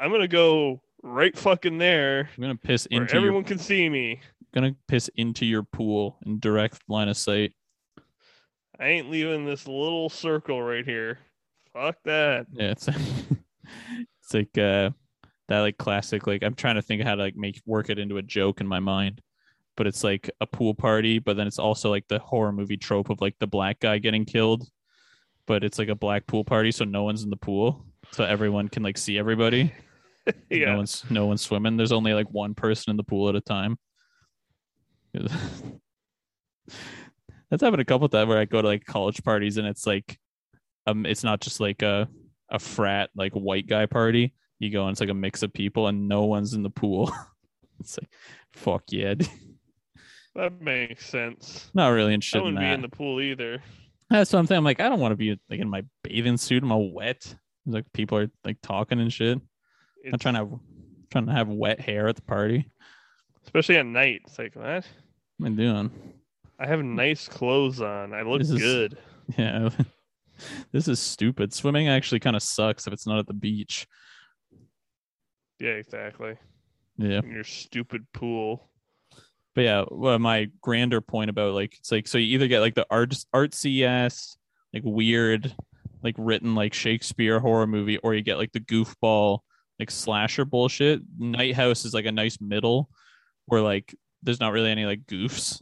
S2: I'm gonna go right fucking there
S1: I'm gonna piss
S2: where
S1: into
S2: everyone
S1: your
S2: can see me.
S1: gonna piss into your pool in direct line of sight.
S2: I ain't leaving this little circle right here. Fuck that.
S1: Yeah, it's it's like uh that like classic like I'm trying to think of how to like make work it into a joke in my mind. But it's like a pool party, but then it's also like the horror movie trope of like the black guy getting killed. But it's like a black pool party, so no one's in the pool. So everyone can like see everybody.
S2: Yeah.
S1: No one's no one's swimming. There's only like one person in the pool at a time. That's happened a couple times where I go to like college parties and it's like um it's not just like a a frat like white guy party. You go and it's like a mix of people and no one's in the pool. it's like fuck yeah. dude.
S2: That makes sense.
S1: not really
S2: I
S1: interested in
S2: wouldn't be
S1: that.
S2: in the pool either.
S1: That's what I'm thinking. I'm like, I don't want to be like in my bathing suit. I'm all wet. Like people are like talking and shit. I'm
S2: It's-
S1: trying to trying to have wet hair at the party.
S2: especially at night. It's like what?
S1: What am I doing?
S2: I have nice clothes on. I look
S1: This is-
S2: good.
S1: Yeah. this is stupid. Swimming actually kind of sucks if it's not at the beach.
S2: Yeah, exactly.
S1: Yeah.
S2: In your stupid pool.
S1: But yeah, well, my grander point about like it's like so you either get like the art artsy ass, like weird, like written like Shakespeare horror movie, or you get like the goofball like slasher bullshit. Night House is like a nice middle where like there's not really any like goofs.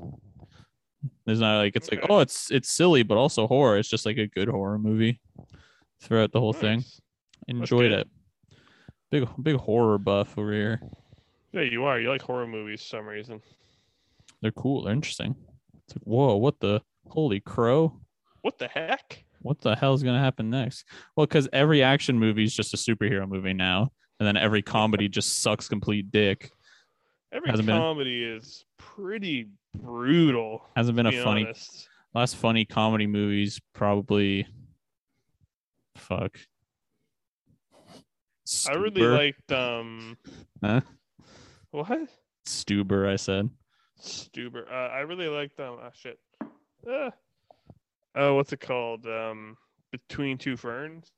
S1: There's not like it's like
S2: Okay.
S1: oh it's it's silly but also horror. It's just like a good horror movie throughout the whole thing.
S2: Nice.
S1: enjoyed
S2: good.
S1: it. Big big horror buff over here.
S2: Yeah, you are. You like horror movies for some reason.
S1: They're cool. They're interesting. It's like whoa, what the holy crow?
S2: What the heck?
S1: What the hell's gonna happen next? Well, because every action movie is just a superhero movie now, and then every comedy just sucks complete dick.
S2: Every
S1: Hasn't been-
S2: comedy is pretty brutal.
S1: Hasn't been
S2: To
S1: a
S2: be
S1: funny
S2: honest.
S1: last funny comedy movies probably. Fuck.
S2: I really
S1: Stuber.
S2: liked um
S1: Huh?
S2: what?
S1: Stuber. I said.
S2: Stuber. Uh, I really liked um ah shit. Uh, oh, what's it called? Um Between Two Ferns.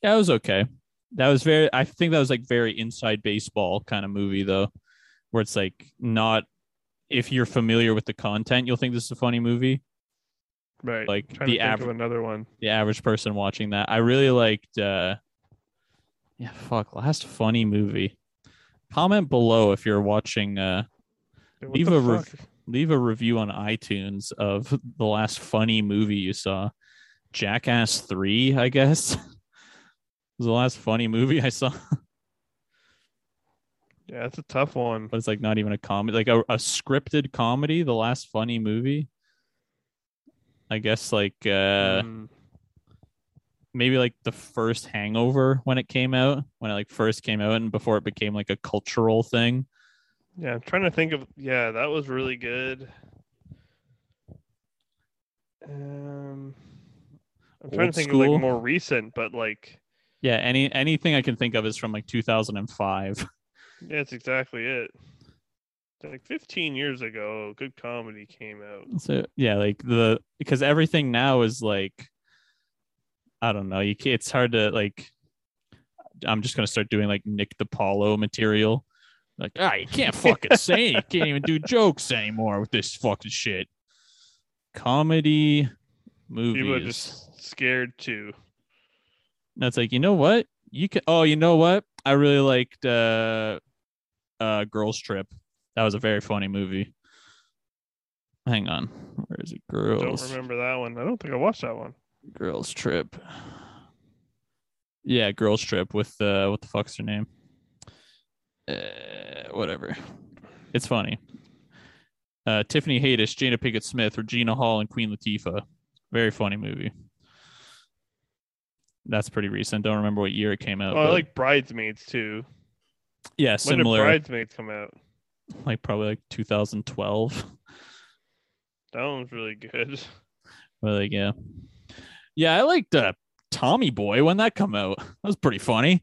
S1: Yeah, it was okay. That was very. I think that was like very inside baseball kind of movie though, where it's like not. If you're familiar with the content, you'll think this is a funny movie.
S2: Right.
S1: Like
S2: trying
S1: the
S2: to think
S1: average,
S2: of another one.
S1: the average person watching that. I really liked. uh Yeah, fuck. Last funny movie. Comment below if you're watching. uh
S2: Dude, what
S1: Leave
S2: the
S1: a rev-
S2: fuck?
S1: leave a review on iTunes of the last funny movie you saw. Jackass 3, I guess. was the last funny movie I saw,
S2: Yeah, that's a tough one.
S1: but it's like not even a comedy, like a, a scripted comedy, the last funny movie. I guess like uh
S2: Mm.
S1: maybe like the first hangover when it came out, when it like first came out and before it became like a cultural thing.
S2: yeah, I'm trying to think of. Yeah, that was really good. Um, I'm trying to
S1: Old
S2: think of
S1: school?
S2: like more recent, but like,
S1: Yeah, any anything I can think of is from like 2005.
S2: yeah, that's exactly it. Like 15 years ago, good comedy came out.
S1: So yeah, like the because everything now is like I don't know. You ca- it's hard to like. I'm just gonna start doing like Nick DiPaolo material. Like ah, you can't fucking say you can't even do jokes anymore with this fucking shit. Comedy movies.
S2: People are just scared to.
S1: And it's like you know what you can. Oh, you know what I really liked. uh uh Girls Trip. That was a very funny movie. Hang on, where is it? Girls.
S2: Don't remember that one. I don't think I watched that one.
S1: Girls Trip. Yeah, Girls Trip with uh what the fuck's her name? Uh, whatever. It's funny. Uh, Tiffany Haddish, Jada Pinkett Smith, Regina Hall, and Queen Latifah. Very funny movie. That's pretty recent. Don't remember what year it came out.
S2: Oh, I
S1: but-
S2: like Bridesmaids too.
S1: yeah,
S2: When did
S1: similar,
S2: Bridesmaids come out?
S1: like probably like 2012.
S2: That one's really good.
S1: But like, yeah, yeah, I liked uh, Tommy Boy when that come out. That was pretty funny.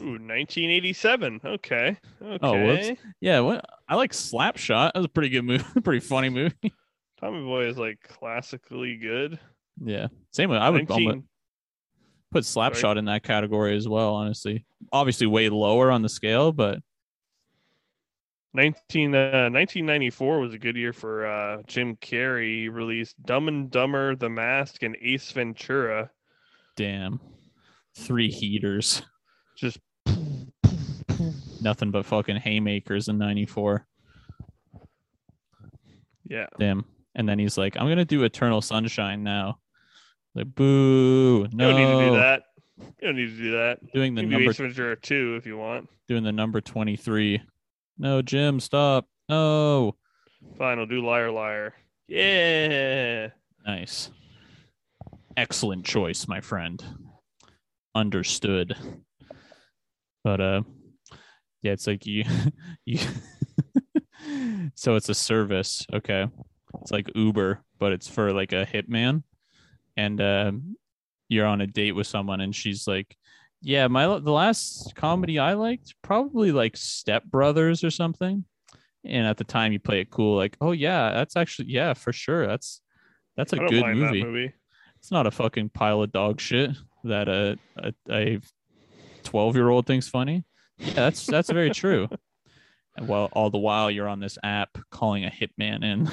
S2: Ooh, 1987. Okay. Okay.
S1: Oh, whoops. Yeah, what I like Slapshot. That was a pretty good movie, pretty funny movie.
S2: Tommy Boy is like classically good.
S1: Yeah, same. With, I would almost
S2: 19
S1: put Slapshot in that category as well. Honestly, obviously way lower on the scale, but
S2: 19, uh, 1994 was a good year for uh, Jim Carrey. He released Dumb and Dumber, The Mask, and Ace Ventura.
S1: damn, three heaters,
S2: Just
S1: nothing but fucking haymakers in '94.
S2: yeah,
S1: Damn. And then he's like, "I'm gonna do Eternal Sunshine now." Like, boo!
S2: you
S1: No,
S2: don't need to do that. You don't need to do that.
S1: doing the
S2: You can do
S1: number
S2: Ace Ventura 2 if you want.
S1: doing the number 23. No, Jim, stop. No.
S2: Fine, I'll do Liar Liar. Yeah.
S1: Nice. Excellent choice, my friend. Understood. But uh yeah, it's like you you so it's a service, okay. It's like Uber, but it's for like a hitman. And um you're on a date with someone and she's like, "Yeah, my the last comedy I liked probably like Step Brothers or something." And at the time you play it cool like, "Oh yeah, that's actually yeah, for sure. That's that's a
S2: I don't
S1: good
S2: mind
S1: movie.
S2: that movie.
S1: It's not a fucking pile of dog shit that a a, a 12-year-old thinks funny." Yeah, that's that's very true. And while all the while you're on this app calling a hitman in and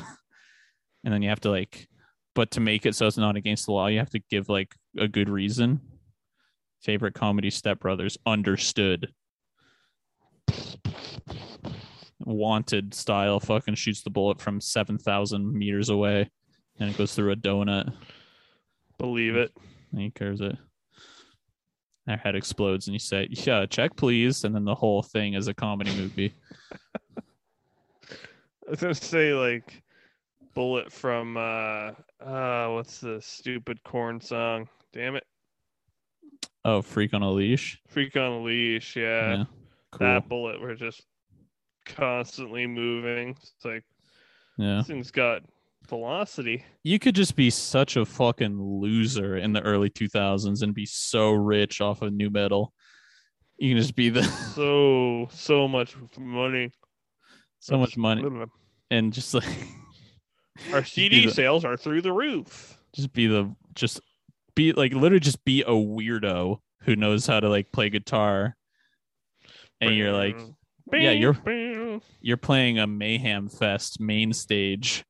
S1: then you have to like but to make it so it's not against the law you have to give like a good reason favorite comedy step brothers understood wanted style fucking shoots the bullet from 7000 meters away and it goes through a donut
S2: Believe it.
S1: and he curves it their head explodes and you say yeah check please and then the whole thing is a comedy movie
S2: I was gonna say like bullet from uh uh what's the stupid corn song? Damn it.
S1: oh freak on a leash
S2: Freak on a leash, yeah.
S1: yeah cool
S2: That bullet we're just constantly moving. It's like
S1: yeah
S2: this thing's got velocity.
S1: you could just be such a fucking loser in the early 2000s and be so rich off of new metal you can just be the
S2: So so much money.
S1: so much money and just like
S2: Our
S1: just be
S2: CD
S1: the-
S2: sales are through the roof.
S1: just be the just be like literally just be a weirdo who knows how to like play guitar and you're like
S2: Bing,
S1: yeah, you're-
S2: bing.
S1: you're playing a mayhem fest main stage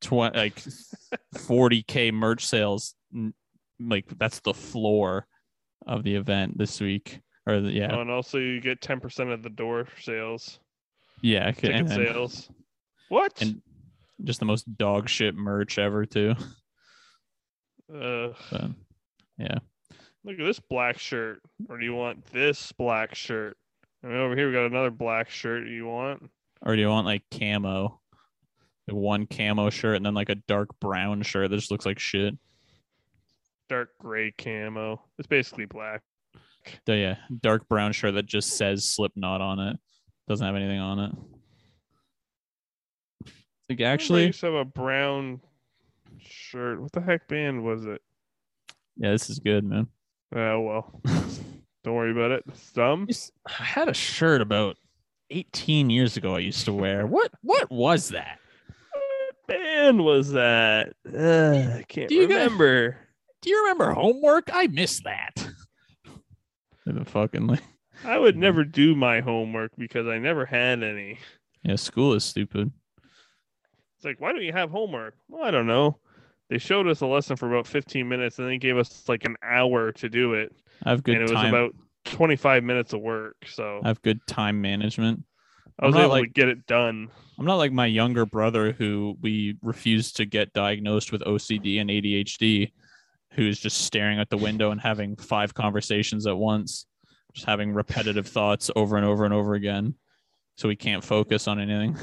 S1: tw- like 40k merch sales n- like that's the floor of the event this week or the, yeah
S2: Oh, and also you get ten percent of the door sales,
S1: yeah okay,
S2: ticket
S1: and then-
S2: sales. What?
S1: And- Just the most dog shit merch ever too.
S2: Ugh.
S1: But, yeah.
S2: Look at this black shirt. Or do you want this black shirt? I mean, over here we got another black shirt. You want?
S1: Or do you want like camo? Like, One camo shirt and then like a dark brown shirt that just looks like shit.
S2: Dark gray camo. It's basically black.
S1: So, yeah, uh, dark brown shirt that just says Slipknot on it. Doesn't have anything on it. Like
S2: I remember I
S1: actually,
S2: used to have a brown shirt. What the heck band was it?
S1: yeah, this is good, man.
S2: Oh well. Don't worry about it. Some
S1: I had a shirt about 18 years ago I used to wear. What what was that?
S2: band was that? Ugh, I can't
S1: Do you guys-
S2: remember.
S1: Do you remember homework? I miss that. the fucking like,
S2: I would never do my homework because I never had any.
S1: yeah, school is stupid.
S2: It's like, why don't you have homework? Well, I don't know. They showed us a lesson for about 15 minutes and they gave us like an hour to do it.
S1: I have good
S2: and it was
S1: time.
S2: about 25 minutes of work. So
S1: I have good time management.
S2: I was
S1: I'm not
S2: able to
S1: like-
S2: get it done.
S1: I'm not like my younger brother who we refused to get diagnosed with OCD and ADHD, who is just staring at the window and having five conversations at once, just having repetitive thoughts over and over and over again. So he can't focus on anything.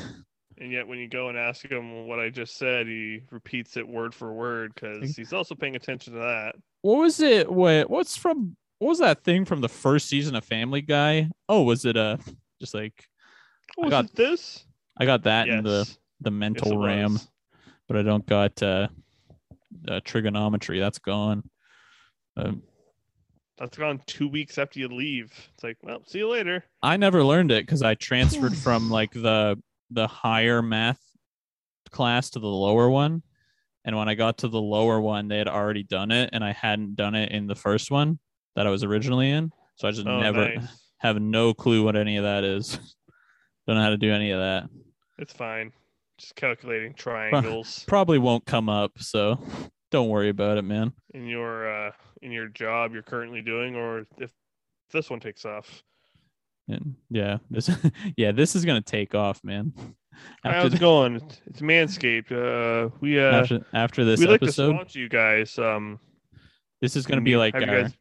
S2: And yet, when you go and ask him what I just said, he repeats it word for word because he's also paying attention to that.
S1: What was it? What what's from what was that thing from the first season of Family Guy? Oh, was it uh just like I
S2: Was
S1: got-
S2: Oh, it this?
S1: I got that
S2: yes.
S1: in the the
S2: Yes,
S1: mental
S2: it
S1: ram,
S2: was.
S1: but I don't got uh, uh trigonometry. That's gone. Um,
S2: That's gone two weeks after you leave. It's like, well, see you later.
S1: I never learned it because I transferred from like the the higher math class to the lower one. And when I got to the lower one, they had already done it and I hadn't done it in the first one that I was originally in. So I just
S2: Oh,
S1: never
S2: nice.
S1: have no clue what any of that is. Don't know how to do any of that.
S2: It's fine. Just calculating triangles
S1: Probably won't come up, so don't worry about it, man.
S2: in your uh, in your job you're currently doing, or if this one takes off.
S1: And yeah, this yeah, this is gonna take off, man. After
S2: How's it
S1: the,
S2: going? It's- It's Manscaped. Uh, we uh,
S1: after, after this
S2: we'd like to
S1: episode,
S2: sponsor you guys. Um,
S1: this is gonna
S2: and
S1: be
S2: you-
S1: like
S2: Mm-hmm. have you
S1: our-
S2: guys-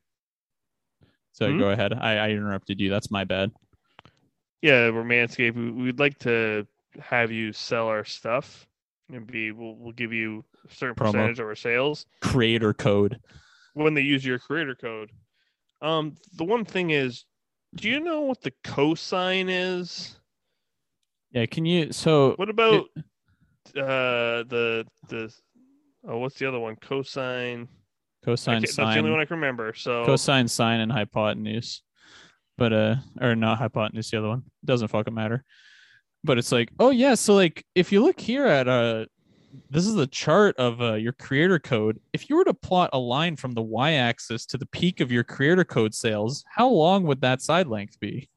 S1: So
S2: Hmm?
S1: go ahead. I, I interrupted you. That's my bad.
S2: yeah, we're Manscaped. We, we'd like to have you sell our stuff and be we'll, we'll give you a certain
S1: Promo.
S2: percentage of our sales.
S1: Creator code.
S2: when they use your creator code. Um, the one thing is, do you know what the cosine is?
S1: Yeah, can you so
S2: What about uh the the oh what's the other one? Cosine. I
S1: cosine
S2: can't- that's the only one
S1: sine
S2: I can remember. So
S1: cosine sine and hypotenuse. But uh or not hypotenuse, the other one. Doesn't fucking matter. But it's like, oh yeah, so like if you look here at uh this is the chart of uh, your creator code. If you were to plot a line from the y-axis to the peak of your creator code sales, how long would that side length be?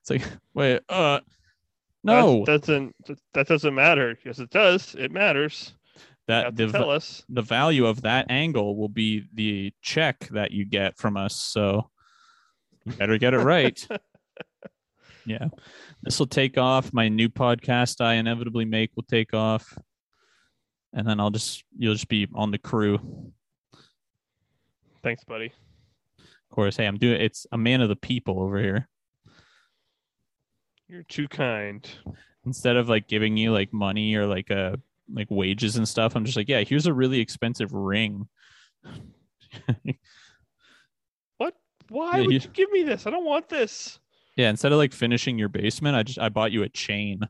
S1: It's like, wait, uh,
S2: that
S1: no,
S2: doesn't that, that doesn't matter. Yes, it does. It matters. You
S1: that
S2: have to
S1: div-
S2: tell us.
S1: Uh, the value of that angle will be the check that you get from us. So you better get it right. yeah. This will take off. My new podcast I inevitably make will take off. And then I'll just, you'll just be on the crew. Of
S2: Thanks, buddy.
S1: course, hey, I'm doing, it's a man of the people over here.
S2: You're too kind.
S1: Instead of like giving you like money or like a, like wages and stuff, I'm just like, yeah, here's a really expensive ring.
S2: Why
S1: Yeah,
S2: would
S1: you-
S2: you give me this? I don't want this.
S1: Yeah, instead of like finishing your basement, I just I bought you a chain.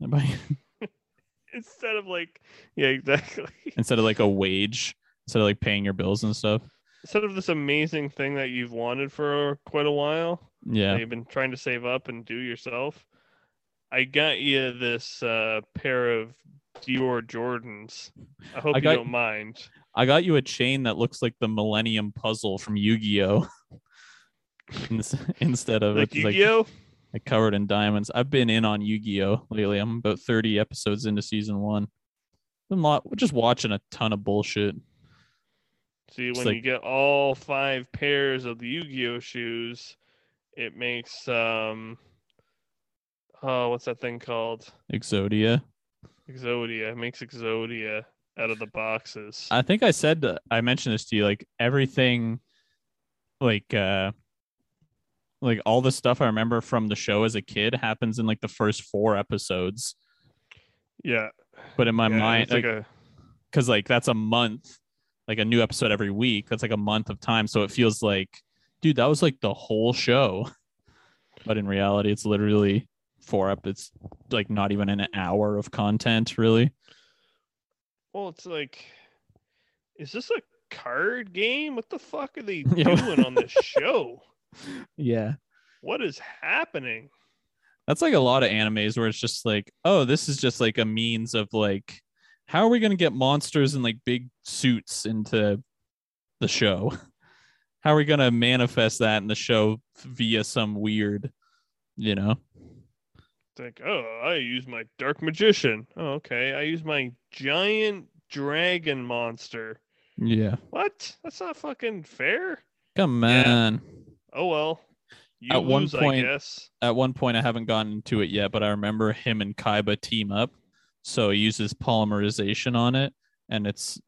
S1: I bought you-
S2: Instead of like, yeah, exactly.
S1: instead of like a wage, instead of like paying your bills and stuff.
S2: Instead of this amazing thing that you've wanted for quite a while,
S1: Yeah.
S2: that you've been trying to save up and do yourself. I got you this uh, pair of Dior Jordans. I hope
S1: I
S2: you
S1: got-
S2: don't mind.
S1: I got you a chain that looks like the Millennium Puzzle from Yu-Gi-Oh. Ins- instead of
S2: Like
S1: it's
S2: Yu
S1: like,
S2: Gi Oh,
S1: like covered in diamonds. I've been in on Yu-Gi-Oh lately. I'm about 30 episodes into season 1. Been lot just watching a ton of bullshit.
S2: see
S1: it's
S2: when you
S1: like-
S2: get all five pairs of the Yu Gi Oh shoes, it makes um, oh, what's that thing called?
S1: Exodia.
S2: Exodia makes Exodia out of the boxes.
S1: I think I said I mentioned this to you like everything like uh like all the stuff I remember from the show as a kid happens in like the first 4 episodes
S2: yeah.
S1: but in my
S2: yeah,
S1: mind
S2: it's like,
S1: like,
S2: a
S1: cuz like that's a month like a new episode every week that's like a month of time so it feels like dude that was like the whole show but in reality it's literally 4 up it's like not even an hour of content really
S2: well, it's like, is this a card game? What the fuck are they
S1: Yeah.
S2: doing on this show?
S1: yeah
S2: What is happening?
S1: That's like a lot of animes where it's just like, oh, this is just like a means of like, how are we going to get monsters in like big suits into the show? How are we going to manifest that in the show via some weird, you know?
S2: It's like, oh, I use my dark magician. Oh, okay, I use my giant dragon monster.
S1: Yeah.
S2: What? That's not fucking fair.
S1: Come
S2: Yeah.
S1: on.
S2: Oh well. You
S1: At one
S2: lose,
S1: point-
S2: I guess.
S1: At one point, I haven't gotten into it yet, but I remember him and Kaiba team up. So he uses polymerization on it, and it's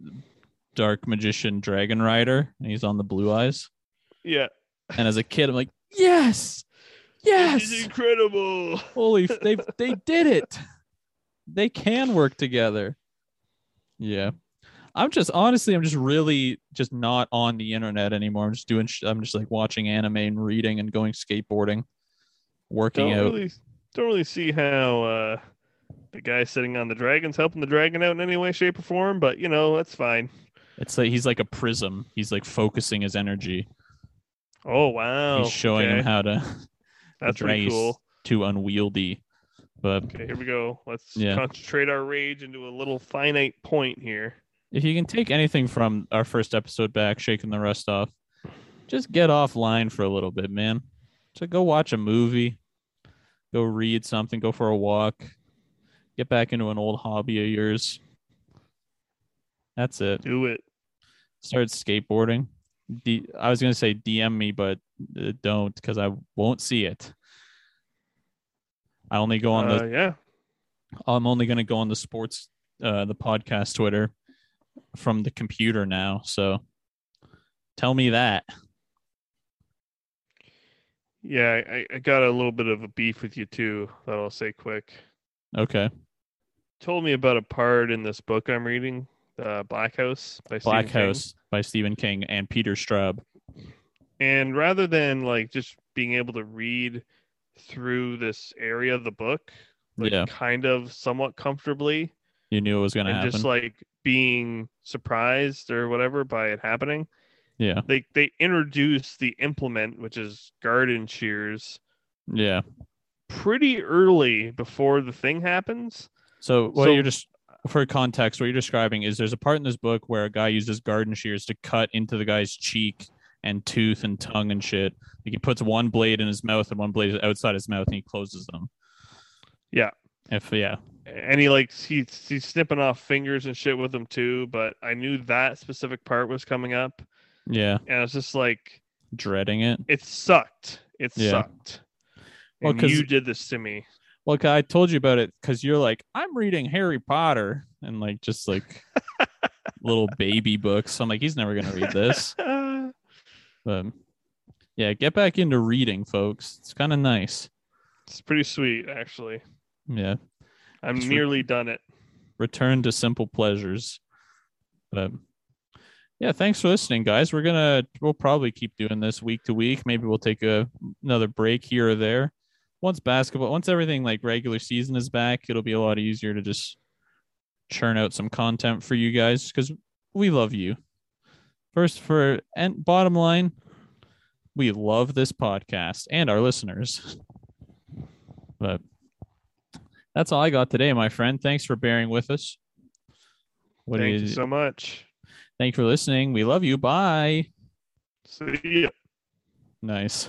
S1: Dark Magician Dragon Rider, and he's on the blue eyes.
S2: Yeah.
S1: And as a kid, I'm like, yes,
S2: This is
S1: yes,
S2: incredible.
S1: holy, f- they they did it. They can work together. Yeah, I'm just honestly, I'm just really just not on the internet anymore. I'm just doing, sh- I'm just like watching anime and reading and going skateboarding, working
S2: Don't
S1: out.
S2: really don't really see how uh the guy sitting on the dragon's helping the dragon out in any way, shape, or form, but you know, that's fine.
S1: It's like he's like a prism. He's like focusing his energy.
S2: Oh wow.
S1: he's showing
S2: okay.
S1: him how to
S2: that's pretty
S1: dragon's-
S2: cool.
S1: to unwieldy. But
S2: Okay, here we go. Let's
S1: Yeah.
S2: concentrate our rage into a little finite point here.
S1: if you can take anything from our first episode back, shaking the rust off, just get offline for a little bit, man. So go watch a movie, go read something, go for a walk, get back into an old hobby of yours. That's it.
S2: Do it.
S1: Start skateboarding. D- I was gonna say DM me, but uh, don't because I won't see it. I only go on the
S2: Uh, yeah.
S1: I'm only going to go on the sports, uh, the podcast Twitter from the computer now. So tell me that.
S2: Yeah, I, I got a little bit of a beef with you too that I'll say quick.
S1: Okay.
S2: Told me about a part in this book I'm reading, uh, Black House by Stephen
S1: Black
S2: King.
S1: House by Stephen King and Peter Straub.
S2: And rather than like just being able to read through this area of the book, like
S1: yeah.
S2: kind of somewhat comfortably,
S1: You knew it was going to
S2: and
S1: happen.
S2: just like being surprised or whatever by it happening,
S1: yeah.
S2: they they introduce the implement, which is garden shears,
S1: Yeah.
S2: pretty early before the thing happens.
S1: So what
S2: So-
S1: you're just, for context, what you're describing is there's a part in this book where a guy uses garden shears to cut into the guy's cheek and tooth and tongue and shit. Like he puts one blade in his mouth and one blade is outside his mouth and he closes them.
S2: Yeah.
S1: If, yeah.
S2: and he like he's he's snipping off fingers and shit with him too. But I knew that specific part was coming up,
S1: Yeah.
S2: and I was just like,
S1: Dreading it.
S2: it sucked. It
S1: Yeah.
S2: sucked.
S1: Well,
S2: and
S1: 'cause-
S2: you did this to me.
S1: Well, 'cause I told you about it because you're like, I'm reading Harry Potter and like just like little baby books. I'm like, he's never gonna read this.
S2: Uh,
S1: But yeah, get back into reading, folks. It's kind of nice.
S2: it's pretty sweet, actually.
S1: Yeah,
S2: I'm
S1: It's re-
S2: nearly done it.
S1: return to simple pleasures. But yeah, thanks for listening, guys. We're gonna we'll probably keep doing this week to week. Maybe we'll take a another break here or there. Once basketball, once everything like regular season is back, it'll be a lot easier to just churn out some content for you guys because we love you. First, for and bottom line, we love this podcast and our listeners. But that's all I got today, my friend. Thanks for bearing with us. What do
S2: Thank
S1: you,
S2: you, so much.
S1: Thank you for listening. We love you. Bye.
S2: See ya.
S1: Nice.